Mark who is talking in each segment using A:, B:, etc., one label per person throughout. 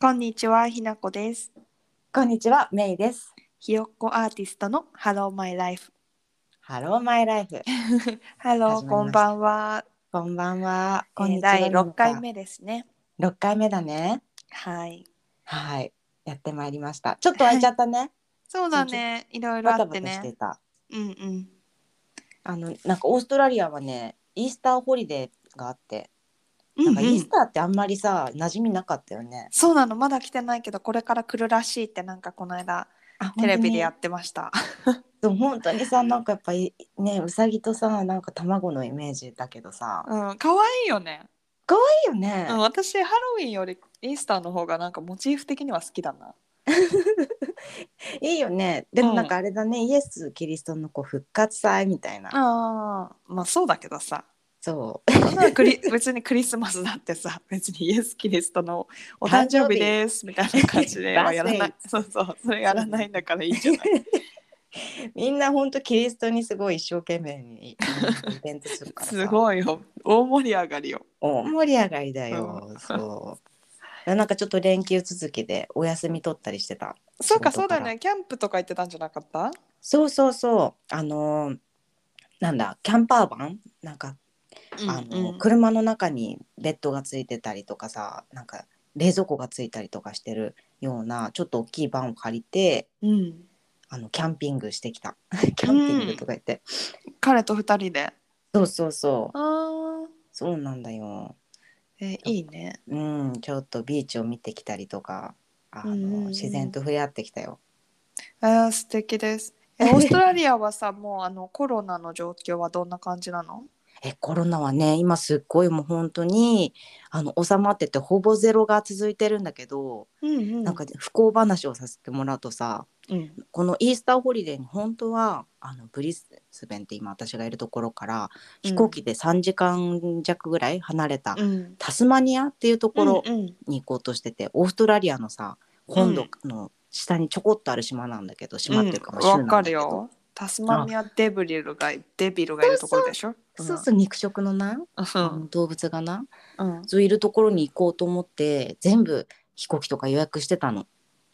A: こんにちは、ひなこです。
B: こんにちは、メイです。
A: ひよっこアーティストのハローマイライフ。
B: ハローマイライフ。
A: ハロー、
B: 始まりました
A: こんばんは。
B: こんばんは。こん
A: え
B: に
A: ー
B: ちは
A: 第六回。目ですね。
B: 六回目だね。
A: はい。
B: はい。やってまいりました。ちょっと空いちゃったね。
A: そうだね、いろいろ
B: バ
A: あ
B: タ
A: って
B: バタして
A: ね。
B: た。
A: うんうん。
B: あのなんかオーストラリアはね、イースターホリデーがあって、
A: うん
B: な
A: うん
B: かイース
A: ん
B: ターってあんまりさ、馴染みなかったよね。
A: そうなの、まだ来てないけど、これから来るらしいって、なんかこの間
B: あ
A: テレビでや
B: っ
A: ってました。
B: て本当にさ、なんかやっぱりね、うさぎとさ、なんか卵のイメージだけどさ、
A: うん、可愛いよね。
B: いいよね
A: うん、。私ハロウィンよりイースターの方がなんかモチーフ的には好きだな。
B: いいよね。でもなんかあれだね、イエスキリストのこう復活祭みたいな。
A: ああ、まあそうだけどさ。
B: そう。
A: そんなのクリ 別にクリスマスだってさ別にイエス・キリストのお誕生日ですみたいな感じ ではやらな
B: バ
A: いそうそうそれやらないんだからいいじゃない
B: みんな本当キリストにすごい一生懸命にうんイベントするからさ
A: すごいよ大盛り上がりよ
B: 大盛り上がりだよ、そうなんかちょっと連休続きでお休み取ったりしてた
A: そうか
B: 仕
A: そう
B: 事か
A: だ
B: ら
A: ねキャンプとか行ってたんじゃなかった
B: そうそうそうあのーなんだキャンパーバンなんか、あの車の中にベッドがついてたりとかさなんか冷蔵庫がついたりとかしてるようなちょっと大きいバンを借りて
A: うん、
B: あのキャンピングしてきた キャンピングとか言って、
A: 彼と二人で
B: そうそうそう
A: あ、
B: そうなんだよ
A: えーいいね
B: うん、ちょっとビーチを見てきたりとか、あの、
A: うんうんうん
B: 自然と触れ合ってきたよ。
A: えー、素敵ですえ ーオーストラリアはさもうあのコロナの状況はどんな感じなの
B: え、コロナはね、今すっごいもう本当に、あの、収まってて、ほぼゼロが続いてるんだけど、
A: うんうん
B: なんか不幸話をさせてもらうとさ、
A: うん
B: このイースターホリデーに本当は、あの、ブリスベンって今私がいるところから、飛行機で3時間弱ぐらい離れた、
A: うん
B: タスマニアっていうところ
A: うんうん
B: に行こうとしてて、オーストラリアのさ、本土の下にちょこっとある島なんだけど、島っていうか、まあ州
A: わ、
B: なん
A: か
B: だ
A: る
B: けど
A: よタスマニアデブリルがデビルがいるところでしょ
B: そうそう肉食のな、
A: う
B: あの
A: ん
B: 動物がな
A: うん
B: そういるところに行こうと思って全部飛行機とか予約してたの、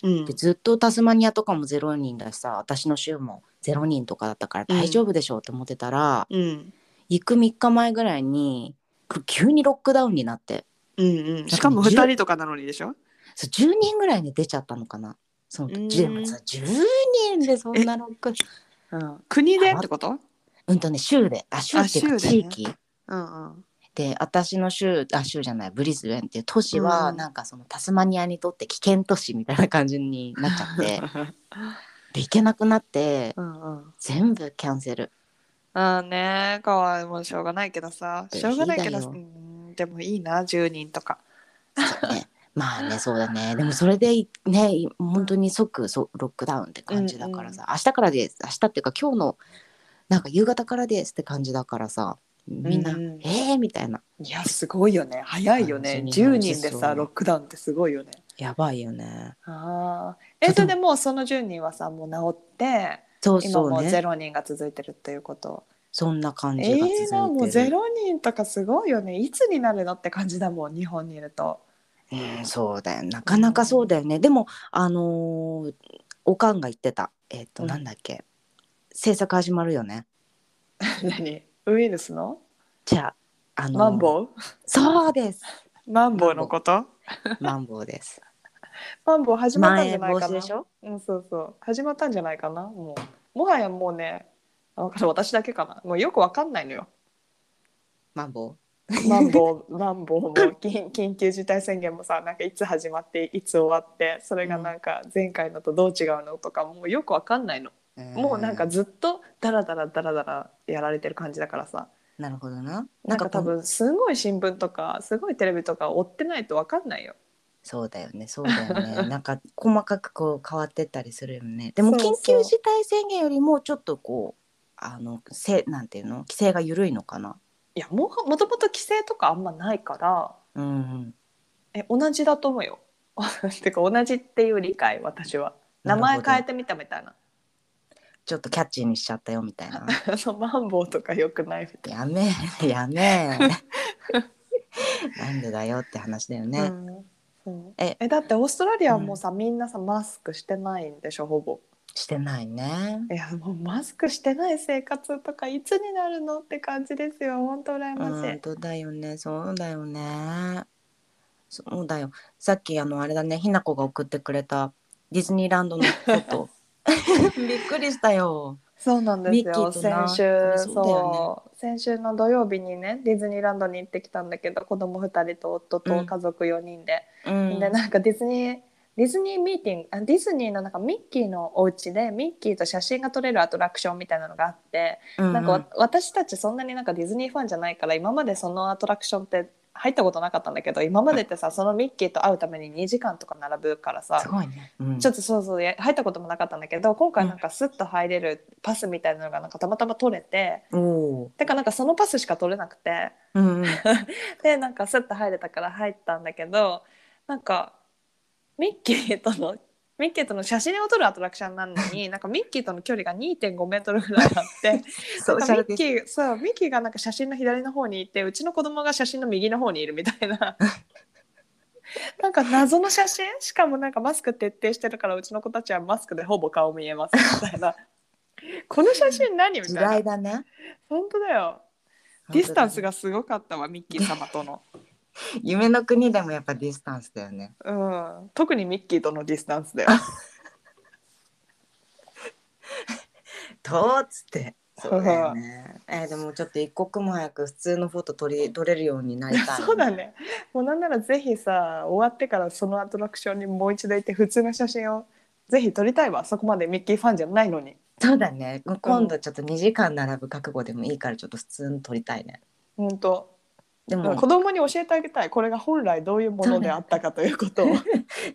A: うん
B: でずっとタスマニアとかも0人だしさ私の州も0人とかだったから
A: うん
B: 大丈夫でしょうって思ってたら、
A: うん
B: 行く3日前ぐらいにく急にロックダウンになって
A: うんうんしかも二人とかなのにでしょ
B: そう10人ぐらいに出ちゃったのかなその時
A: う
B: で
A: ん
B: もさ10人でそんなロックうん、
A: 国でってこと
B: うんとね州であ州っていう
A: あ
B: か
A: 州で
B: 地
A: ね
B: 域、
A: うんうん
B: で私の州あ州じゃないブリスベンっていう都市は、
A: うん
B: なんかそのタスマニアにとって危険都市みたいな感じになっちゃってで行けなくなって
A: うんうん
B: 全部キャンセル
A: あーねかわいもうしょうがないけどさしょうがないけど
B: いいだよ
A: うんでもいいな10人とか
B: まあねそうだ ねでもそれでいねい本当に即そうロックダウンって感じだからさ、明日からです明日っていうか今日のなんか夕方からですって感じだからさみんな、
A: うんうん
B: えーみたいない
A: やすごいよね早いよね
B: あそう
A: 10人でさ
B: そう
A: ロックダウンってすごいよね
B: やばいよね
A: ああえそれでもうその10人はさもう治って
B: そう
A: 今
B: そ
A: も
B: う
A: う
B: ね
A: 0人が続いてるっていうこと
B: そんな感じが
A: ええ
B: 続いてる、
A: ー、なもうゼロ人とかすごいよねいつになるのって感じだもん日本にいる と
B: うん、そうだよなかなかそうだよね、でもあのーおかんが言ってたえっ、と、
A: うん
B: なんだっけ制作始まるよね
A: 何ウイルスの
B: じゃあ、あのー
A: マンボウ
B: そうです
A: マンボウのこと
B: マンボウです
A: マンボウ始まっ
B: ま
A: た
B: ん
A: んじゃ
B: 延
A: ない
B: 防
A: か
B: 止
A: な
B: でしょ
A: うんそうそう始まったんじゃないかなもうもはやもうねあわかる私だけかなもうよくわかんないの よ
B: マンボウ
A: マンボウマンボウも緊緊急事態宣言もさなんかいつ始まっていつ終わってそれがなんか前回のとどう違うのとかもうよくわかんないのもうなんか
B: ん
A: ずっとダラダラダラダラやられてる感じだからさ
B: なるほどな
A: なんか
B: こ
A: 多
B: う
A: 分すごい新聞とかすごいテレビとか追ってないと分かんないよ。
B: そうだよねそうだよ ねなんか細かくこう変わってったりするよねでも
A: そう
B: 緊
A: そう
B: 急事態宣言よりもちょっとこうあのせなんていうの規制が緩いのかない
A: やもうもともと規制とかあんまないから
B: うんうん
A: え同じだと思うよ。 てか同じっていう理解私は。名前変えてみたみたいな。
B: ちょっとキャッチーにしちゃったよみたいな
A: あのマンボウとかよくないみたい
B: やめ えやめえなんでだよって話だよね、
A: な。うんうん
B: え
A: えだってオーストラリアはもうさ、みんなさマスクしてないんでしょほぼ
B: してないね。
A: いやもうマスクしてない生活とかいつになるのって感じですよ本当羨ましい、
B: 本当だよねそうだよねそうだよさっきあのあれだねひなこが送ってくれたディズニーランドのこと びっくりしたよ
A: そうなんです
B: ミッキ
A: よ
B: ーとな
A: 先週
B: そうだよ
A: そう先週の土曜日にねディズニーランドに行ってきたんだけど子供2人と夫と家族4人で、
B: うん
A: でなんかディズニーディズニーミーティングあディズニーのなんかミッキーのお家でミッキーと写真が撮れるアトラクションみたいなのがあって、
B: うん
A: なんかわ私たちそんなになんかディズニーファンじゃないから今までそのアトラクションって入ったことなかったんだけど今までってさそのミッキーと会うために2時間とか並ぶからさ
B: すごいね、うん、
A: ちょ
B: っ
A: っとそうそうや入ったこともなかったんだけど今回なんかスッと入れるパスみたいなのがなんかたまたま取れて
B: とおー
A: てかなんかそのパスしか取れなくて
B: うんうん
A: でなんかスッと入れたから入ったんだけどなんかミッキーとのミッキーとの写真を撮るアトラクションなの になんかミッキーとの距離が2.5メートルぐらいあって
B: ソーシャ
A: な
B: ル
A: んかミ
B: ディ
A: ッ
B: ス
A: キーそうミッキーがなんか写真の左の方にいてうちの子供が写真の右の方にいるみたいな なんか謎の写真しかもなんかマスク徹底してるからうちの子たちはマスクでほぼ顔見えますみたいな この写真何み
B: 時
A: た
B: 代
A: いな
B: だね
A: 本当だよディスタンスがすごかったわミッキー様と の、
B: 夢の国でもやっぱディスタンスだよね
A: うん、特にミッキーとのディスタンスだよ
B: とっつってそうだよねえーでもちょっと一刻も早く普通のフォト撮り撮れるようになりた い、
A: そうだねもうなんならぜひさ終わってからそのアトラクションにもう一度行って普通の写真をぜひ撮りたいわそこまでミッキーファンじゃないのに。
B: そうだねもう今度ちょっと2時間並ぶ覚悟でもいいからちょっと普通に撮りたいね
A: 本当、
B: でも、
A: うん、子供に教えてあげたいこれが本来どういうものであったかということ を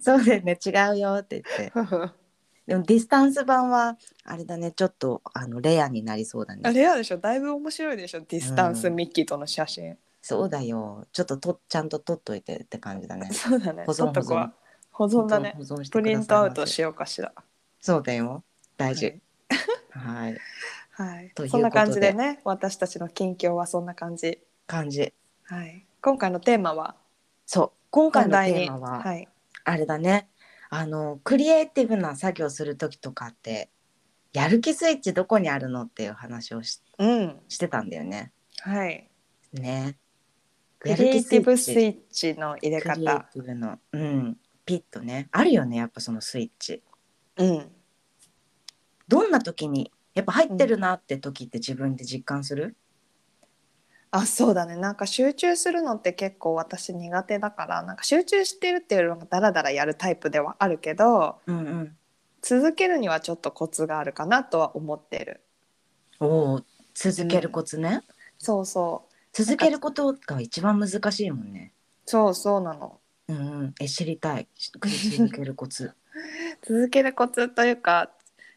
B: そうだよね違うよって言ってでもディスタンス版はあれだねちょっとあのレアになりそうだね
A: レアでしょだいぶ面白いでしょディスタンス、
B: うん
A: ミッキーとの写真
B: そうだよちょっととちゃんと撮っといてって感じだね
A: そうだね
B: 保
A: 撮
B: 存
A: っとこは保存だね
B: 保存して
A: プ
B: く
A: リ
B: だ
A: ン
B: さ
A: ト
B: い
A: ア
B: ま
A: ウト
B: せ
A: しようかしら
B: そうだよ大事はい
A: はい
B: ということで
A: そんな感じでね私たちの近況はそんな感じ
B: 感じ
A: はい今回のテーマは
B: そう今回
A: 本
B: の
A: 題
B: テ
A: に
B: ーマは、
A: はい
B: あれだねあのクリエイティブな作業する時とかってやる気スイッチどこにあるのっていう話をし
A: うん
B: してたんだよね。
A: はい
B: ね。
A: クリエイティブスイ
B: ッチ
A: ッチの入れ
B: クリエイ
A: 方
B: ティブの、うん、ピッとねあるよねやっぱそのスイッチ。
A: うん
B: どんな時にやっぱ入ってるなって時って自分で実感する、
A: あそうだねなんか集中するのって結構私苦手だからなんか集中してるっていうのがダラダラやるタイプではあるけど
B: うん、うん
A: 続けるにはちょっとコツがあるかなとは思ってる
B: おー続けるコツね、
A: そうそう
B: 続けることが一番難しいもんね。
A: そうそうなの
B: うんうん、え知りた いし続けるコツ。
A: 続けるコツというか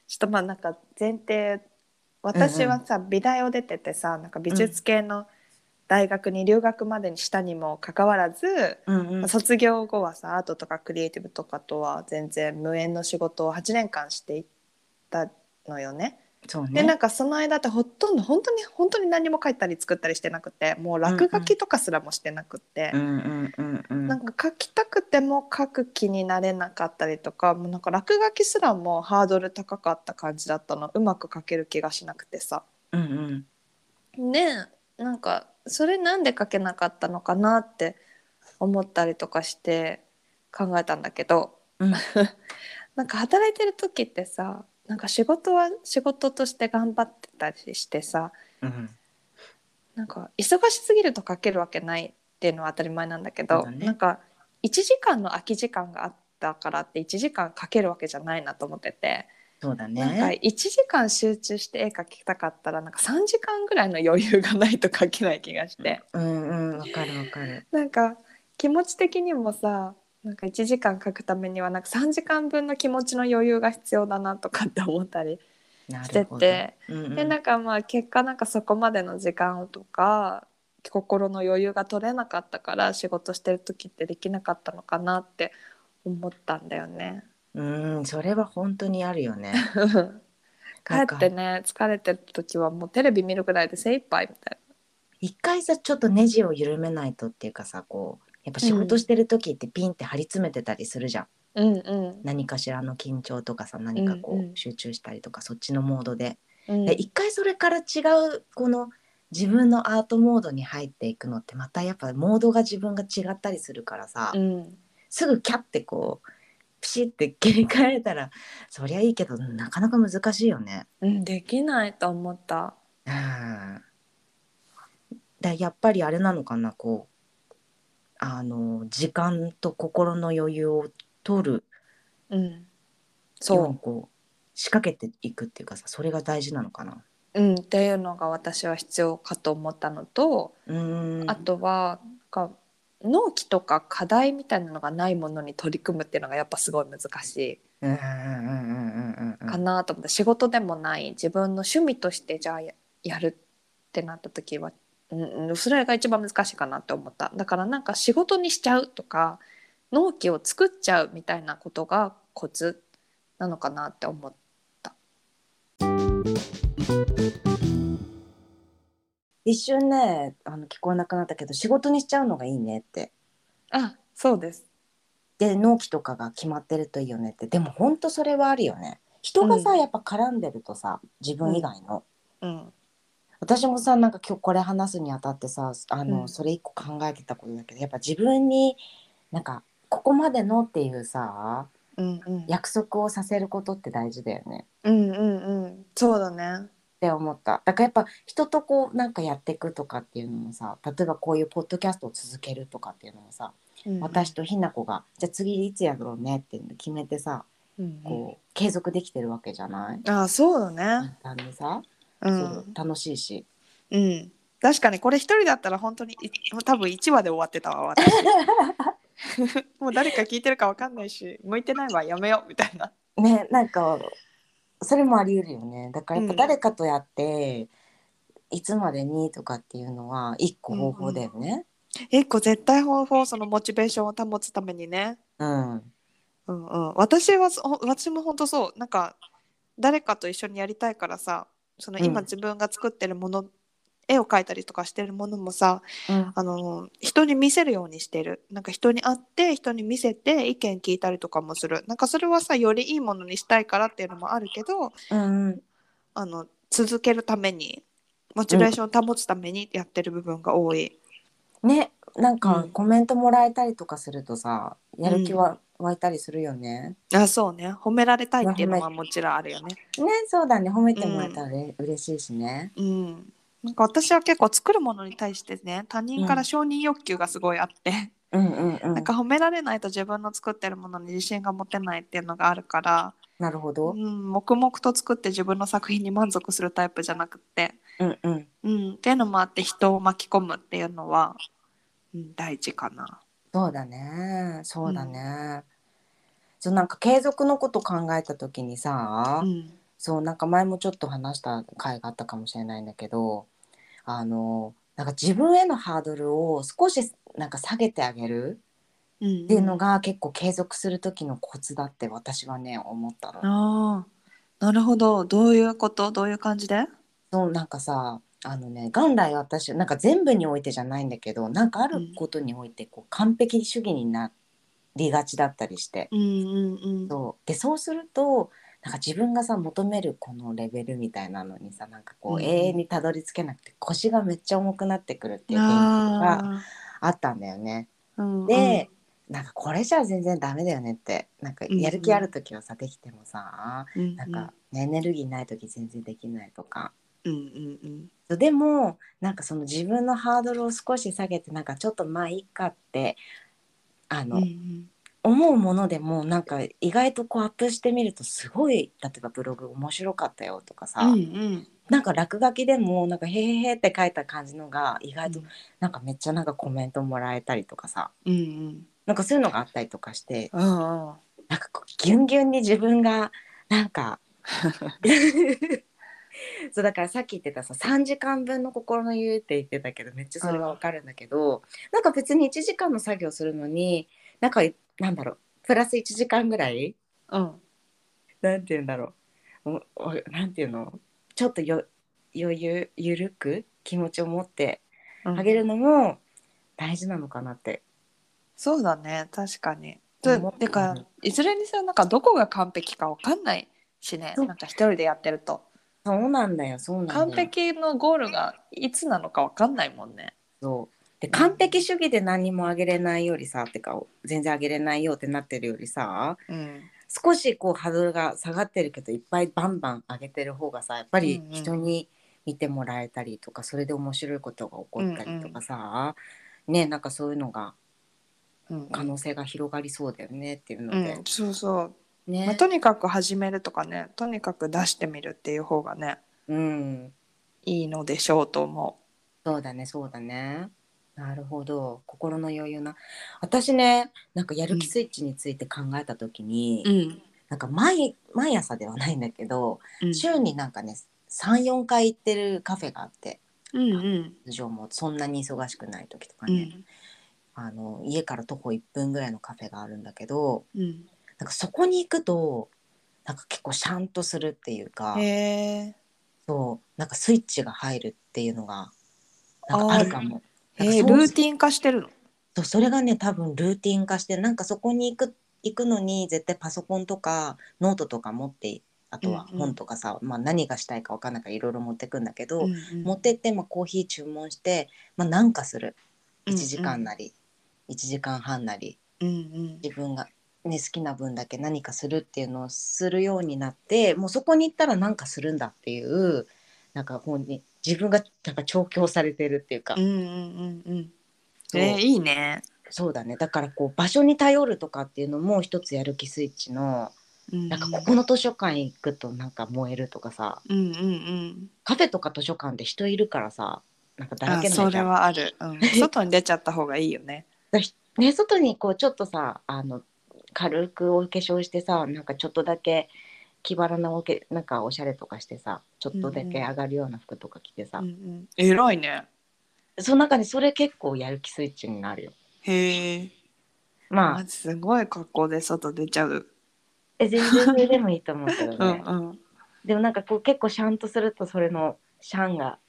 A: ちょっとまあなんか前提私はさ、美大を出ててさなんか美術系の大学に留学までにしたにもかかわらず、
B: うん うん、
A: 卒業後はさアートとかクリエイティブとかとは全然無縁の仕事を8年間していったのよね。
B: そう
A: でな
B: ね。
A: んかその間ってほとんど本当に本当に何も書いたり作ったりしてなくてもう落書きとかすらもしてなくて、
B: うんうんうんうん。
A: なんか書きたくても書く気になれなかったりとかもうなんか落書きすらもハードル高かった感じだったのうまく書ける気がしなくてさ。
B: うんうん。
A: ねなんかそれなんで書けなかったのかなって思ったりとかして考えたんだけど、
B: うん
A: なんか働いてる時ってさなんか仕事は仕事として頑張ってたりしてさ
B: うん
A: なんか忙しすぎると書けるわけないっていうのは当たり前なんだけ
B: そう
A: ど
B: だね
A: なんか1時間の空き時間があったからって1時間書けるわけじゃないなと思ってて、
B: そうだ
A: なんか
B: ね。
A: 1時間集中して絵描きたかったらなんか3時間ぐらいの余裕がないと書けない気がして。
B: うんうん、わかるわかる。
A: なんか気持ち的にもさなんか1時間書くためにはなんか3時間分の気持ちの余裕が必要だなとかって思ったり
B: な
A: し
B: る
A: て
B: ほど。
A: て、
B: うんうん、
A: でなんかまあ結果なんかそこまでの時間とか心の余裕が取れなかったから仕事してる時ってできなかったのかなって思ったんだよね。
B: うん、それは本当にあるよね。
A: 帰ってね疲れてる時はもうテレビ見るぐらいで精一杯みたい
B: 一回さ、ちょっとネジを緩めないとっていうかさ、こう。やっぱ仕事してる時ってピンって張り詰めてたりするじゃん、
A: うんうん
B: 何かしらの緊張とかさ何かこ
A: うんう
B: うん集中したりとか、そっちのモードで
A: うん
B: で一回それから違うこの自分のアートモードに入っていくのってまたやっぱモードが自分が違ったりするからさ、
A: うん
B: すぐキャッてこうピシッて切り替えれたらそりゃいいけどなかなか難しいよね。
A: うんできないと思った
B: うんだやっぱりあれなのかなこうあの時間と心の余裕を取る
A: うん
B: ように
A: そ
B: こう仕掛けていくっていうかさそれが大事なのかな。
A: う、うん、っていうのが私は必要かと思ったのと、
B: うーん
A: あとはなんか納期とか課題みたいなのがないものに取り組むっていうのがやっぱすごい難しい
B: うんうんうんうんうんうん
A: かなと思って、仕事でもない自分の趣味としてじゃあややるってなった時は、うんうん、それが一番難しいかなって思っただからなんか仕事にしちゃうとか納期を作っちゃうみたいなことがコツなのかなって思った
B: 一瞬ねあの聞こえなくなったけど仕事にしちゃうのがいいねって
A: あそうです
B: で納期とかが決まってるといいよねってでもほんとそれはあるよね人がさ、
A: うん
B: やっぱ絡んでるとさ自分以外の、
A: うん
B: 私もさなんか今日これ話すにあたってさあの、
A: うん
B: それ一個考えてたことだけどやっぱ自分になんかここまでのっていうさ
A: うんうん
B: 約束をさせることって大事だよね
A: うんうんうんそうだね
B: って思っただからやっぱ人とこうなんかやっていくとかっていうのもさ例えばこういうポッドキャストを続けるとかっていうのもさ、
A: うん
B: 私とひなこがじゃあ次いつやろうねっていうの決めてさ
A: うんうん
B: こう継続できてるわけじゃない
A: あそうだね
B: 簡単にさ、
A: う、
B: そうん楽しいし
A: うん、確かにこれ一人だったら本当にい多分1話で終わってたわ私もう誰か聞いてるかわかんないし向いてないわやめようみたいな
B: ねなんかそれもあり得るよねだからやっぱ
A: うん
B: 誰かとやって、いつまでにとかっていうのは一個方法だよね
A: 一個絶対方法そのモチベーションを保つためにね、
B: うん、
A: うんうん、私はそほ私も本当そうなんか誰かと一緒にやりたいからさその今
B: うん
A: 自分が作ってるもの、絵を描いたりとかしてるものもさ、
B: うん
A: あの人に見せるようにしてるなんか人に会って人に見せて意見聞いたりとかもするなんかそれはさよりいいものにしたいからっていうのもあるけど
B: うんうん
A: あの続けるためにモチベーションを保つためにやってる部分が多い、
B: ねなん
A: う
B: か
A: ん
B: コメントもらえたりとかするとさやる気は湧いたりするよね、
A: あそうね褒められたいっていうのはもちろんあるよね
B: ねそうだね褒めてもらえたらね嬉しいしね
A: うんなんか私は結構作るものに対してね他人から承認欲求がすごいあって、
B: うんうんうん
A: なんか褒められないと自分の作ってるものに自信が持てないっていうのがあるから、
B: なるほ
A: う
B: ど
A: ん、黙々と作って自分の作品に満足するタイプじゃなくって、
B: うんうん
A: うん、っていうのもあって人を巻き込むっていうのは、うん、大事かな。
B: そうだねそうだね、そうなんか継続のこと考えた時にさ、
A: うん
B: そうなんか前もちょっと話した回があったかもしれないんだけどあのなんか自分へのハードルを少しなんか下げてあげる
A: うん、
B: っていうのが結構継続する時のコツだって私はね思ったの。
A: ああ、なるほど。どういうこと、どういう感じで。
B: そうなんかさあのね元来私なんか全部においてじゃないんだけどなんかあることにおいてこう完璧主義になりがちだったりして
A: うんうんうん。
B: そうでそうするとなんか自分がさ求めるこのレベルみたいなのにさなんかこ
A: うん
B: う永遠にたどり着けなくて腰がめっちゃ重くなってくるっていう現象が
A: あ
B: あったんだよね。
A: あ、うん
B: で、なんかこれじゃ全然ダメだよねってなんかやる気ある時はさできてもさ
A: うんうん、
B: なんかエネルギーない時全然できないとか。
A: うんうんうん
B: そうでもなんかその自分のハードルを少し下げてなんかちょっとまあいいかってあ
A: うん
B: の、
A: うん
B: 思うものでもなんか意外とこうアップしてみるとすごい例えばブログ面白かったよとかさ、
A: うんうん
B: なんか落書きでもなんか「へーへーって書いた感じのが意
A: う
B: 外と
A: ん
B: なんかめっちゃなんかコメントもらえたりとかさ
A: うん
B: なんかそういうのがあったりとかして
A: うんあ
B: なんかこうギュンギュンに自分がなん かそうだからさっき言ってたさ3時間分の心の余裕って言ってたけどめっちゃそれがわかるんだけど、なんか別に1時間の作業するのになんかなんだろうプラス1時間ぐらい
A: あうん
B: なんて言うんだろう。おおなんて言うの。ちょっとよ余裕ゆるく気持ちを持って
A: うん
B: あげるのも大事なのかなって
A: そうだね確かに。
B: う
A: で
B: ん
A: てか
B: うん
A: いずれにせよなんかどこが完璧かわかんないしね
B: そう
A: なんか一人でやってると
B: そうなんだよそうなんだよ
A: 完璧のゴールがいつなのかわかんないもんね。
B: そうで完璧主義で何もあげれないよりさってか全然あげれないよってなってるよりさ
A: うん、
B: 少しこうハードルが下がってるけどいっぱいバンバン上げてる方がさやっぱり
A: うんうん
B: 人に見てもらえたりとか、それで面白いことが起こったりとかさ、ねなんかそういうのが
A: うん
B: 可能性が広がりそうだよねっていうの
A: う
B: で、
A: ん、そうそう、
B: ね、
A: まあ、とにかく始めるとかねとにかく出してみるっていう方がね
B: うん
A: いいのでしょうと思
B: そうだねそうだねなるほど心の余裕な私ねなんかやる気スイッチについて考えた時に、
A: う。うん
B: なんか毎毎朝ではないんだけど、
A: うん
B: 週になんかね34回行ってるカフェがあって
A: うんうん
B: 通常もそんなに忙しくない時とか
A: う
B: ね、
A: ん
B: あの家から徒歩1分ぐらいのカフェがあるんだけど
A: うん
B: なんかそこに行くとなんか結構シャンとするっていうか、
A: へ
B: そうなんかスイッチが入るっていうのがなんかあるかも。
A: え
B: なんか
A: へえル
B: そう
A: ーティン化してるの
B: そうそれがね多分ルーティン化してなんかそこに行く行くのに絶対パソコンとかノートとか持ってあとは
A: うんうん
B: 本とかさ、まあ、何がしたいか分かんないからいろいろ持ってくんだけど、
A: うんうん
B: 持ってって、まあ、コーヒー注文して、まあ、なんかする
A: うん
B: 1
A: うん
B: 時間なり、1時間半なり
A: うんうん
B: 自分が、ね、好きな分だけ何かするっていうのをするようになってもうそこに行ったら何かするんだっていうなんかもうね自分がなんか調教されてるっていうか、
A: うんうんうんうん
B: そう
A: えーいいね
B: そうだねだからこう場所に頼るとかっていうのも一つやる気スイッチの
A: な
B: なんかここの図書館行くとなんか燃えるとかさ
A: うんうんうん
B: カフェとか図書館で人いるからさなんかだら
A: あ
B: けな
A: そ
B: いじ
A: れ
B: ゃん
A: はある、 うん、外に出ちゃった方がいいよね
B: ね、外にこうちょっとさあの軽くお化粧してさなんかちょっとだけ気張らなおけなんかおしゃれとかしてさちょっとだけ上がるような服とか着てさ、
A: うんうん偉いね
B: その中にそれ結構やる気スイッチになるよ。
A: へえ
B: まあ
A: あすごい格好で外出ちゃう、
B: え全然それでもいいと思うけどね、
A: うんうん
B: でもなんかこう結構シャンとするとそれのシャンが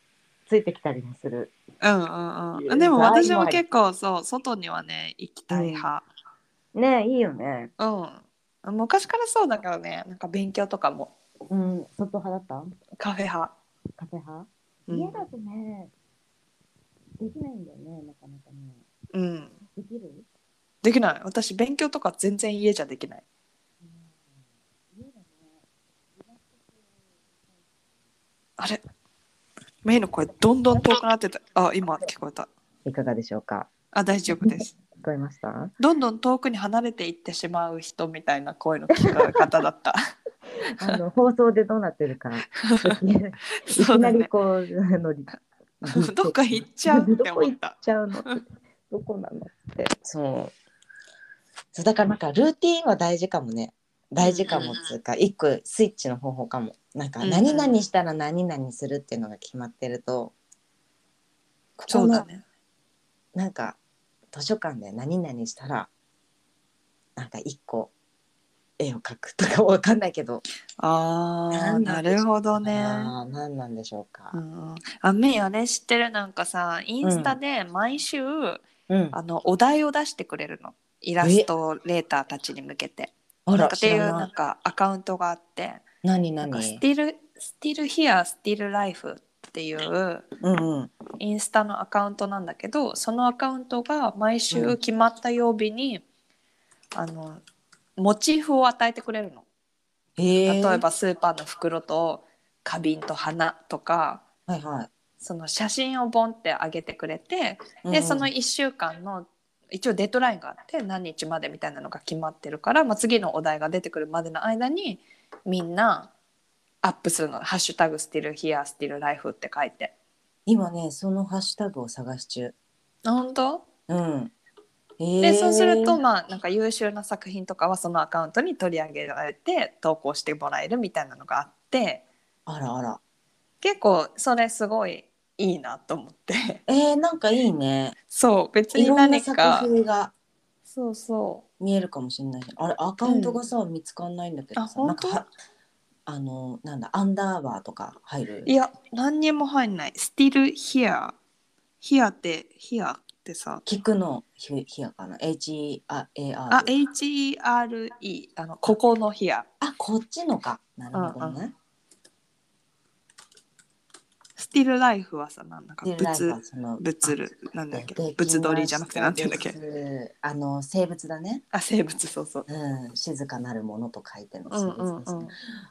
B: ついてきたりもする。
A: うんうん
B: いう
A: うん、でも私
B: 場合もあ
A: も
B: る
A: 結構そう外にはね行きたい派、
B: ねいいよね。
A: うん昔からそうだからねなんか勉強とかも
B: うん外派だった
A: カフェ派、
B: カフェ派、
A: うん
B: 家だとねできないんだよねなかなかね。
A: うん、
B: できる
A: できない私勉強とか全然家じゃできないあれメイの声どんどん遠くなってたあ今聞こえた
B: いかがでしょうか
A: あ大丈夫です
B: 聞こえ ました
A: どんどん遠くに離れていってしまう人みたいな声の聞こえ方だった
B: あの放送でどうなってるか い
A: そ
B: き
A: う
B: な
A: だ
B: り
A: ね
B: こうあのり
A: どっか行っちゃうって思っ
B: どこ行
A: た
B: ちゃ うのってどこなのってそうそうだからなんかルーティンは大事かもね大事かもっつうか、一個スイッチの方法かもなんか
A: うんうん
B: 何々したら何々するっていうのが決まってると、ここ
A: そうだ
B: の
A: ね
B: なんか図書館で何々したらなんか一個絵を描くとか わかんないけど
A: あー
B: な
A: なん
B: で
A: るほどね
B: あー何なんでしょうか
A: う。んうん、あめいあれ知ってるなんかさインスタで毎週、
B: うん、
A: あのお題を出してくれるのイラストレーターたちに向けて。
B: あ
A: なん
B: ら
A: かって
B: 知
A: いう
B: ら
A: な
B: なん
A: かアカウントがあって
B: い。何
A: なんかス
B: 何。
A: ティルスティルヒアスティルライフっていう
B: うんうん。
A: インスタのアカウントなんだけどそのアカウントが毎週決まった曜日に、あのモチーフを与えてくれるの。
B: へ
A: 例
B: え
A: え。ばスーパーの袋と花瓶と花とか
B: はいは
A: その写真をボンって上げてくれて
B: い。
A: でその1週間の一応デッドラインがあって何日までみたいなのが決まってるから、まあ、次のお題が出てくるまでの間にみんなアップするの「ハッシュタグスティルヒアスティルライフ」って書いて。
B: 今ねそのハッシュタグを探し中。
A: 本当
B: うん。
A: で
B: で
A: そうするとまあなんか優秀な作品とかはそのアカウントに取り上げられて投稿してもらえるみたいなのがあって
B: あらあら。
A: 結構それすごいいいなと思って
B: えー、なんかいいね。
A: そう別
B: い
A: に
B: ろんな
A: 何
B: 作
A: か
B: 風が
A: そうそう
B: 見えるかもしれない。あれアカウントがさ、見つかんないんだけど
A: あ
B: さ。な
A: 本
B: んか
A: 当
B: はあのなんだアンダーバーとか入る。
A: いや、何にも入んない。still here。here って、here ってさ
B: 菊のひひやかな HEAR あ
A: あ HERE あのここの日や
B: こっちのかなるほどね
A: スティルライフはさなんだか
B: でなんか
A: 物
B: その
A: 物るなんだっけ
B: 出てきました
A: 物撮りじゃなくてなんて言うんだっけ
B: 物あの生物だね
A: あ生物そうそう
B: うん静かなるものと書いて
A: う
B: の
A: ん
B: 生
A: う
B: 物
A: ん
B: ですね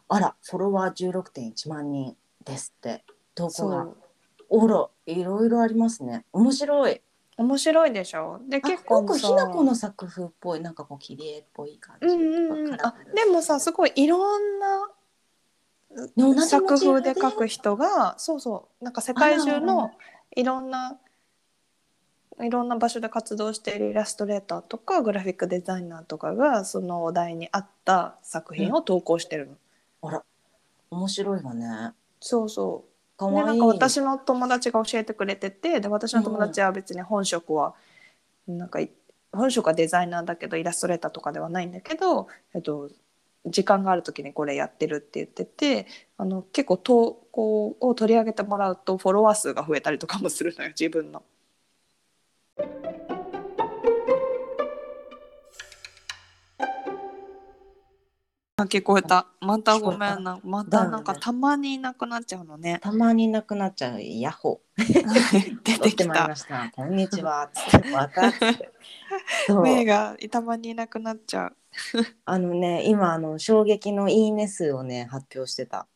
A: うん
B: あらフォロワー16.1万人ですって投
A: そ
B: 稿が
A: う
B: おらいろいろありますね面白い
A: 面白いでしょで
B: あ
A: 結構
B: なんか
A: さ
B: ひなこの作風っぽいなんかこう切り絵っぽい感じ
A: うんうんうんあでもさすごいいろんな作風で描く人がそうそうなんか世界中
B: あら
A: のいろんないろんな場所で活動しているイラストレーターとかグラフィックデザイナーとかがそのお題に合った作品を投稿してるの。
B: 面白いわね
A: そうそう
B: か
A: で
B: わ
A: ないん
B: い
A: か私の友達が教えてくれててで私の友達は別に本職は、なんかい本職はデザイナーだけどイラストレーターとかではないんだけど、えっと、時間がある時にこれやってるって言っててあの結構投稿を取り上げてもらうとフォロワー数が増えたりとかもするのよ 自分の。あ聞こえたまたごめんなまたなんかたまにいなくなっちゃうのね。
B: たまになくなっちゃうヤッホ
A: 出
B: ー撮
A: て
B: っ
A: き
B: てまいり
A: た
B: ましたこんにち はつってまたつってそう
A: 目がたまにいなくなっちゃう
B: あのね今あの衝撃のいいね数をね発表してた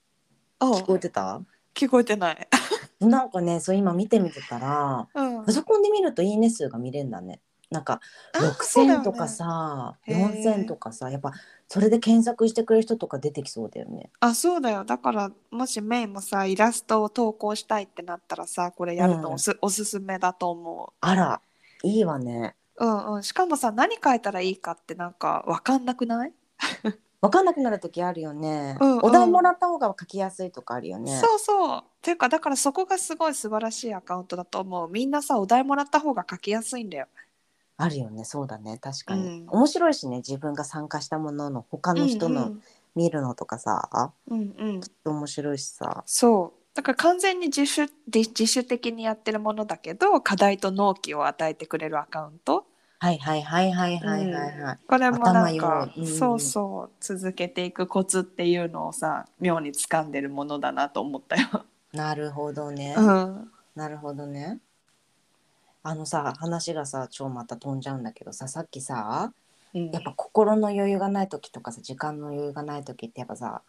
A: お
B: 聞こえてた
A: 聞こえてない、
B: なんかねそう今見てみてたら
A: うん
B: パ、ソコンで見るといいね数が見れるんだねなんか
A: あそうだよ
B: 6000
A: ね
B: とかさ、
A: へー
B: 4000とかさやっぱそれで検索してくれる人とか出てきそうだよね
A: あそうだよだからもしメイもさイラストを投稿したいってなったらさこれやるのおす,、おすすめだと思
B: あらいいわね
A: ううんうんしかもさ何書いたらいいかってなんかわかんなくない、
B: わかんなくなる時あるよね、
A: うんうん
B: お題もらった方が書きやすいとかあるよね
A: そうそうていうかだからそこがすごい素晴らしいアカウントだと思うみんなさお題もらった方が書きやすいんだよ
B: あるよねそうだね確かに、
A: うん
B: 面白いしね自分が参加したものの他の人の見るのとかさ、
A: うんうん、うんうん
B: 面白いしさ
A: そうだから完全に自主で自主的にやってるものだけど課題と納期を与えてくれるアカウント、
B: はいはいはいはいはいはいはい、
A: これもなん
B: 頭
A: か
B: よ、いうん
A: そうそう続けていくコツっていうのをさ妙に掴んでるものだなと思ったよ。
B: なるほどね、
A: うん、
B: なるほどねあのさ話がさ超また飛んじゃうんだけどささっきさ
A: うん
B: やっぱ心の余裕がない時とかさ時間の余裕がない時ってやっぱさ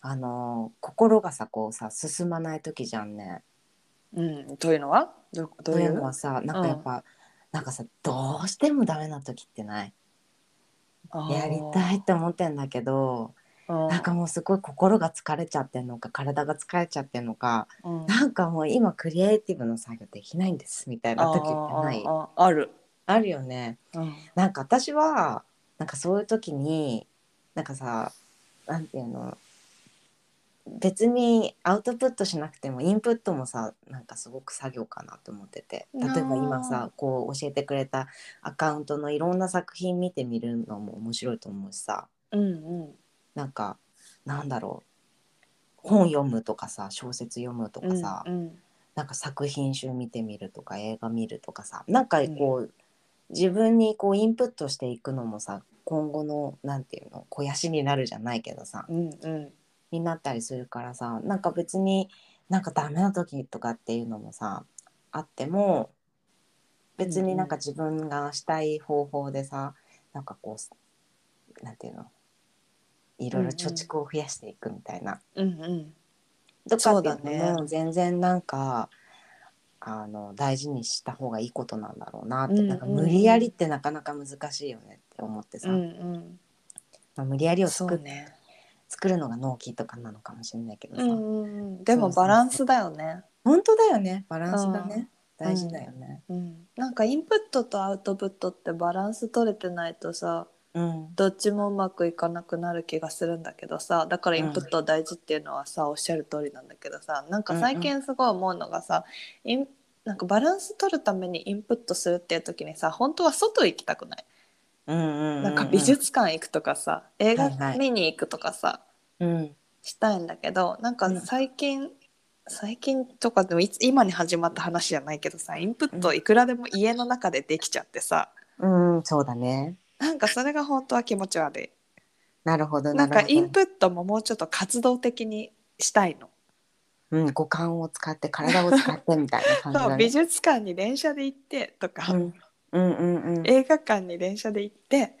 B: あのー心がさこうさ進まない時じゃんね。
A: うん、というのはどど
B: と
A: う
B: い
A: いう
B: の
A: う
B: はさなんかやっぱ、なんかさどうしてもダメな時ってないやりたいって思ってんだけどなんか、もうすごい心が疲れちゃってんのか体が疲れちゃってんのか
A: あーうん
B: なんかもう今クリエイティブの作業できないんですみたいな時ってない
A: あーあーある、
B: あるよね。
A: うん
B: なんか私はなんかそういう時になんかさなんていうの別にアウトプットしなくてもインプットもさなんかすごく作業かなと思ってて例え
A: な
B: ば
A: あ
B: 今さこう教えてくれたアカウントのいろんな作品見てみるのも面白いと思うしさ
A: うんうん
B: なんかなんだろう本読むとかさ小説読むとかさ、
A: うん
B: なんか作品集見てみるとか映画見るとかさなんかこう、自分にこうインプットしていくのもさ今後のなんていうの肥やしになるじゃないけどさ
A: うんうん
B: になったりするからさなんか別になんかダメな時とかっていうのもさあっても別になんか自分がしたい方法でさ、なんかこうなんていうのいろいろ貯蓄を増やしていくみたいな
A: うんうん
B: とかってい
A: そう
B: う
A: だ
B: の
A: ね
B: も全然なんか、あの大事にした方がいいことなんだろうなって、
A: うんうん
B: なんか無理やりってなかなか難しいよねって思ってさ、
A: うんうん
B: まあ、無理やりを
A: そ
B: 作,、
A: うね
B: 作るのが納期とかなのかもしれないけどさ、
A: うんうんうんでもバランスだよね
B: 本当だよねバランスだね、大事だよね。
A: うんなんかインプットとアウトプットってバランス取れてないとさ
B: うん、
A: どっちもうまくいかなくなる気がするんだけどさだからインプット大事っていうのはさ、おっしゃる通りなんだけどさなんか最近すごい思うのがさ、インなんかバランス取るためにインプットするっていう時にさ本当は外行きたくない、
B: うんうんうん
A: なんか美、術館行くとかさ映
B: はいは
A: 画
B: い
A: 見に行くとかさ、
B: うん、
A: したいんだけどなんか最近最近とかでもいつ今に始まった話じゃないけどさインプットいくらでも家の中でできちゃってさ、
B: うん、そうだね。
A: なんかそれが本当は気持ち悪
B: なるほど。
A: いなんか
B: るほど
A: インプットももうちょっと活動的にしたいの、
B: うん、五感を使って体を使ってみたいな感じ
A: そ
B: だ
A: う
B: ね
A: 美。術館に電車で行ってとか、
B: うんうんうんうん。
A: 映画館に電車で行って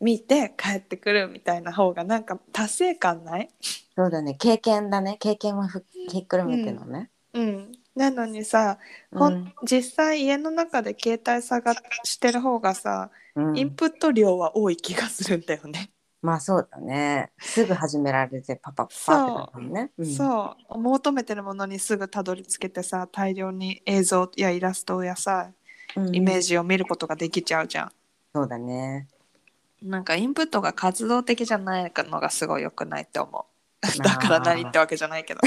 A: 見て帰ってくるみたいな方がなんか達成感ない
B: そうだね。経験だね。経験はふひっくるめてのね。
A: うん、なのにさ、
B: う
A: ほん
B: ん。
A: 実際家の中で携帯探してる方がさ、
B: うん
A: インプット量は多い気がするんだよね。
B: まあそうだね。すぐ始められてパパパって感じね。うん。
A: そう求めてるものにすぐたどり着けてさ大量に映像やイラストやさ
B: うん
A: イメージを見ることができちゃうじゃん。
B: そうだね。
A: なんかインプットが活動的じゃないのがすごい良くないって思 う。
B: あ
A: だから何ってわけじゃない けど。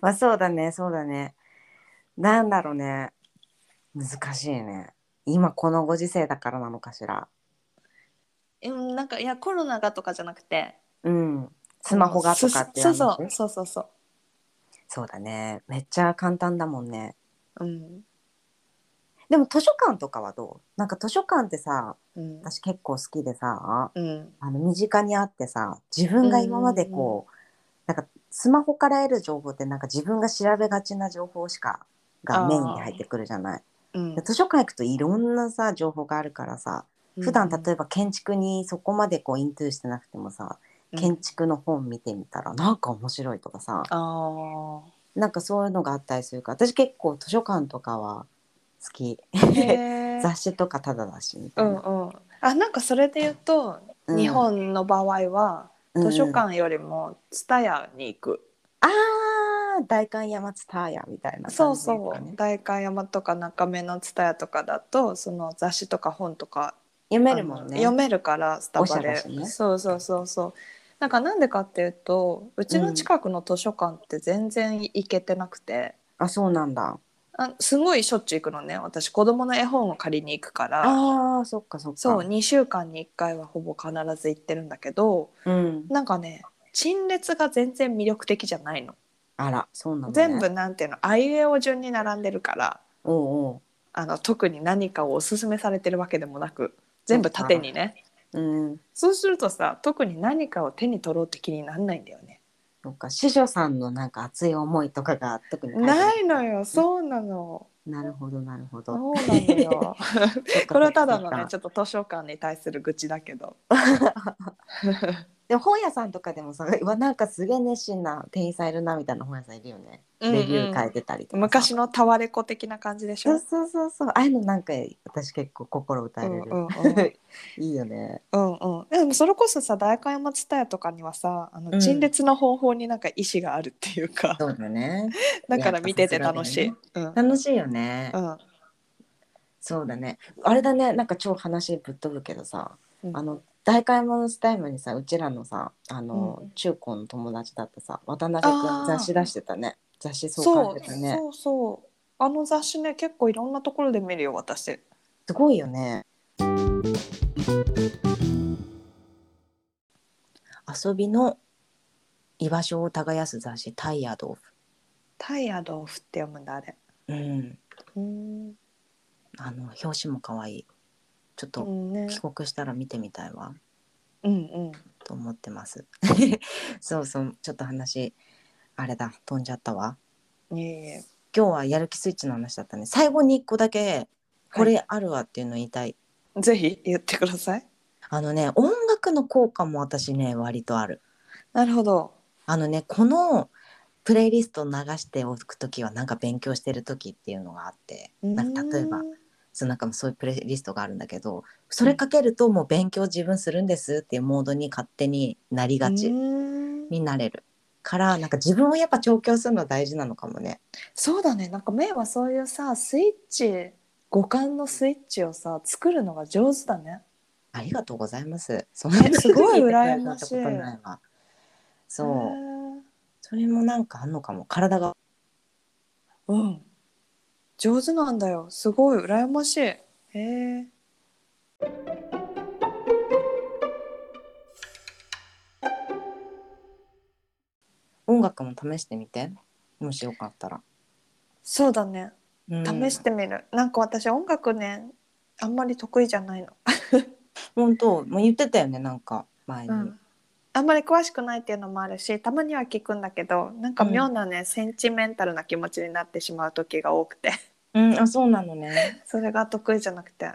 B: まあそうだね。そうだね。なんだろうね。難しいね。今このご時世だからなのかしら。
A: うん、なんかいやコロナがとかじゃなくて
B: うん。スマホがとかっていう
A: そ
B: 話
A: うそうそうそうそう。
B: そうだね。めっちゃ簡単だもんね。
A: うん
B: でも図書館とかはどうなんか図書館ってさ、
A: うん
B: 私結構好きでさ、
A: うん
B: あの身近にあってさ、自分が今までこう、なんかスマホから得る情報ってなんか自分が調べがちな情報しかがメインに入ってくるじゃない。
A: うん
B: で図書館行くといろんなさ、情報があるからさ、普段例えば建築にそこまでこうイントゥーしてなくてもさ、建築の本見てみたらなんか面白いとかさ、
A: あ
B: なんかそういうのがあったりするから私結構図書館とかは好き
A: あ。へー
B: 雑誌とかただだしみた
A: う
B: い
A: ん
B: な、
A: うん。あなんかそれで言うと、
B: うん
A: 日本の場合は
B: うん
A: 図書館よりもツタヤに行く。
B: あー代官山津ターヤみたいな
A: そ
B: 感
A: う
B: じですかね、
A: そう。代官山とか中目のツタヤとかだとその雑誌とか本とか
B: 読めるもんね
A: あの読めるからスタバ
B: おしゃれだ
A: で、
B: しね
A: そうそうそうそうなんかなんでかっていうとうちの近くの図書館って全然行けてなくて、
B: あそうなんだ
A: あすごいしょっちゅう行くのね私子供の絵本を借りに行くから
B: あーそっかそっか
A: そう2週間に1回はほぼ必ず行ってるんだけど
B: うん、
A: なんかね陳列が全然魅力的じゃないの、
B: あらそうなんだ、ね、
A: 全部なんていうのあいうえお順に並んでるから
B: おうお
A: あの特に何かをおすすめされてるわけでもなく全部縦にね
B: ううん
A: そうするとさ特に何かを手に取ろうって気にならないんだよね。
B: そっか師匠さんのなんか熱い思いとかが特に書てある
A: ないのよそうなの
B: なるほどなるほど
A: そうなのよ。
B: そっか
A: これはただの
B: そ
A: ね
B: っか
A: ちょっと図書館に対する愚痴だけど。
B: でも本屋さんとかでもさうわなんかすげえ熱心な店員さんいるなみたいな本屋さんいるよね
A: う
B: レ
A: んうん
B: ビュー書いてたりとかさ、
A: 昔のタワレコ的な感じでし
B: そ
A: ょ
B: う。そうそうそうああいうのなんか私結構心打た
A: う
B: れ
A: ん
B: る、
A: うんうん
B: いいよね
A: うんうん、でもそれこそさ代官山蔦屋とかにはさあ
B: う
A: の
B: ん
A: 陳列の方法になんか意思があるっていうか、
B: そうだね
A: だから見てて楽しい。
B: やっ
A: うん
B: 楽しいよね、
A: うん
B: そうだねあれだねなんか超話ぶっ飛ぶけどさ、
A: うん
B: あの大買い物スタイムにさうちらのさあの、
A: うん
B: 中高の友達だったさ渡辺く
A: あー
B: ん雑誌出してたね雑誌
A: そ
B: そううしてたね
A: そうそうあの雑誌ね結構いろんなところで見るよ私。
B: すごいよね遊びの居場所を耕す雑誌「タイヤ豆腐
A: タイヤ豆腐って読むんだあれ。」
B: うん
A: うん。
B: あの表紙も可愛いちょっ
A: う
B: と
A: んね。
B: 帰国したら見てみたいわ
A: うんうん。
B: と思ってます そうそうちょっと話あれだ飛んじゃったわ
A: いえいえ。
B: 今日はやる気スイッチの話だったね最後に一個だけこれあるわっていうの言いたい、
A: ぜひ言ってください。
B: あのね音楽の効果も私ね割とある
A: なるほど。
B: あのねこのプレイリストを流しておく時はなんか勉強してる時っていうのがあってなんか例えば
A: うーん
B: そうなんかそういうプレイリストがあるんだけどそれかけるともう勉強自分するんですっていうモードに勝手になりが
A: う
B: ち
A: ーん
B: になれるからなんか自分をやっぱ調教するの大事なのかもね。
A: そうだね。なんか目はそういうさ、スイッチ、五感のスイッチをさ、作るのが上手だね。
B: ありがとうございます。そんな
A: えすごい羨ましい
B: ことないわそう、
A: う。
B: それもなんかあんのかも体が
A: うん。上手なんだよ。すごい羨ましい。へえ。
B: 音楽も試してみてもしよかったら、
A: そうだね
B: うん
A: 試してみる、なんか私音楽ねあんまり得意じゃないの、
B: 本当もう言ってたよねなんか前に、
A: うんあんまり詳しくないっていうのもあるしたまには聞くんだけどなんか妙なね、センチメンタルな気持ちになってしまう時が多くて
B: うん、あそうなのね
A: それが得意じゃなくて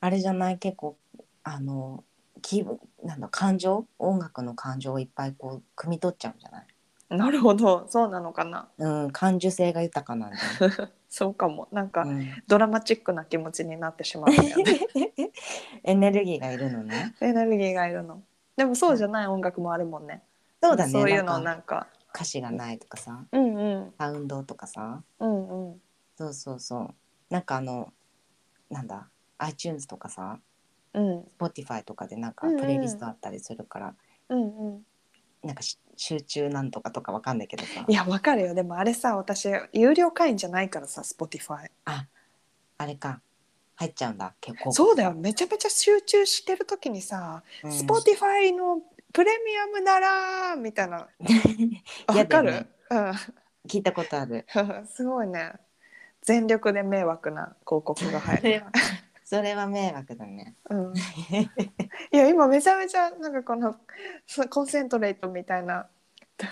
B: あれじゃない結構あの気分なんだ感情音楽の感情をいっぱいこう汲み取っちゃうんじゃない、
A: なるほどそうなのかな
B: うん、感受性が豊か なんだよ、
A: そうかもなんか、
B: うん、
A: ドラマチックな気持ちになってしまうんだよ ね
B: エネルギーがいるのね
A: エネルギーがいるのでもそうじゃない音楽もあるもんね
B: そうだね
A: そういうの
B: なんか
A: なんか
B: 歌詞がないとかさ
A: うんうん
B: サウンドとかさ
A: うんうん
B: そうそうそうなんかあのなんだ iTunes とかさ
A: うん
B: Spotify とかでなんか
A: うんうん
B: プレイリストあったりするから、
A: うんうん
B: なんかし集中なんとかとかわかんないけどさ
A: いやわかるよでもあれさ私有料会員じゃないからさ Spotify
B: ああれか入っちゃうんだ結構
A: そうだよめちゃめちゃ集中してる時にさ、
B: うん
A: Spotify のプレミアムならみたいなわかる、
B: 嫌 聞いたことある
A: うん すごいね全力で迷惑な広告が入る、
B: それは迷惑だね
A: うん、いや今めちゃめちゃなんかこのそコンセントレートみたいな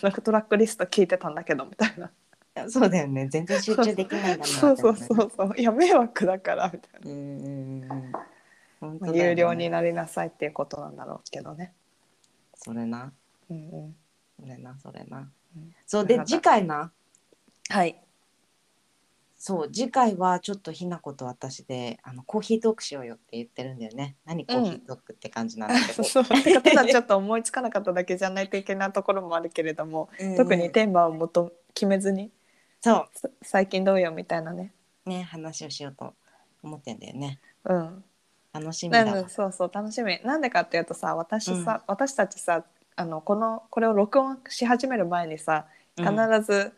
A: なんかトラックリスト聞いてたんだけどみたいな
B: そうだよね全然集中できないんだな
A: そうそう
B: って思
A: そうそういや迷惑だからみたいな、
B: ううんうんうん本当
A: まあ
B: だよね
A: 有料になりなさいっていうことなんだろうけどね、
B: それな
A: うんうん、
B: それなそれな、
A: うん
B: そうで
A: なんか
B: 次回な
A: はい
B: そう次回はちょっとひなこと私であのコーヒートークしようよって言ってるんだよね何コーヒートークって感じなんだけ ど、
A: そうてかただちょっと思いつかなかっただけじゃないといけないところもあるけれども、
B: うんうん
A: 特にテーマをもと決めずに
B: そ
A: さ最近どうよみたいなね
B: うね話をしようと思ってんだよね
A: うん
B: 楽しみ
A: な
B: だ
A: んで
B: わ
A: そうそう楽しみなんでかっていうとさ私さ、私たちさあのこのこれを録音し始める前にさ
B: うん
A: 必ず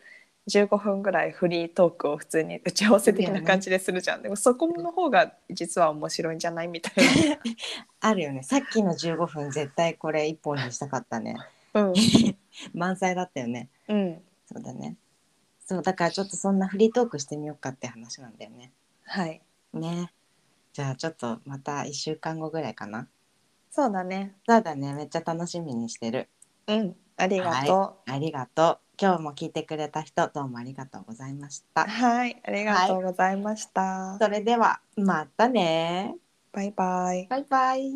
A: 15分ぐらいフリートークを普通に打ち合わせ的な感じでするじゃん、でもそこの方が実は面白いんじゃないみたい
B: あるよねさっきの15分絶対これ一本にしたかったね
A: なうん、
B: 満載だったよね
A: うん、
B: そうだねそうだからちょっとそんなフリートークしてみようかって話なんだよね
A: はい
B: ねじゃあちょっとまた1週間後ぐらいかな
A: そうだね
B: そうだねめっちゃ楽しみにしてる
A: うんありがとう、
B: ありがとう今日も聞いてくれた人どうもありがとうございました
A: はい、ありがとうございました。
B: それではまたね
A: バイバイ。
B: バイバイ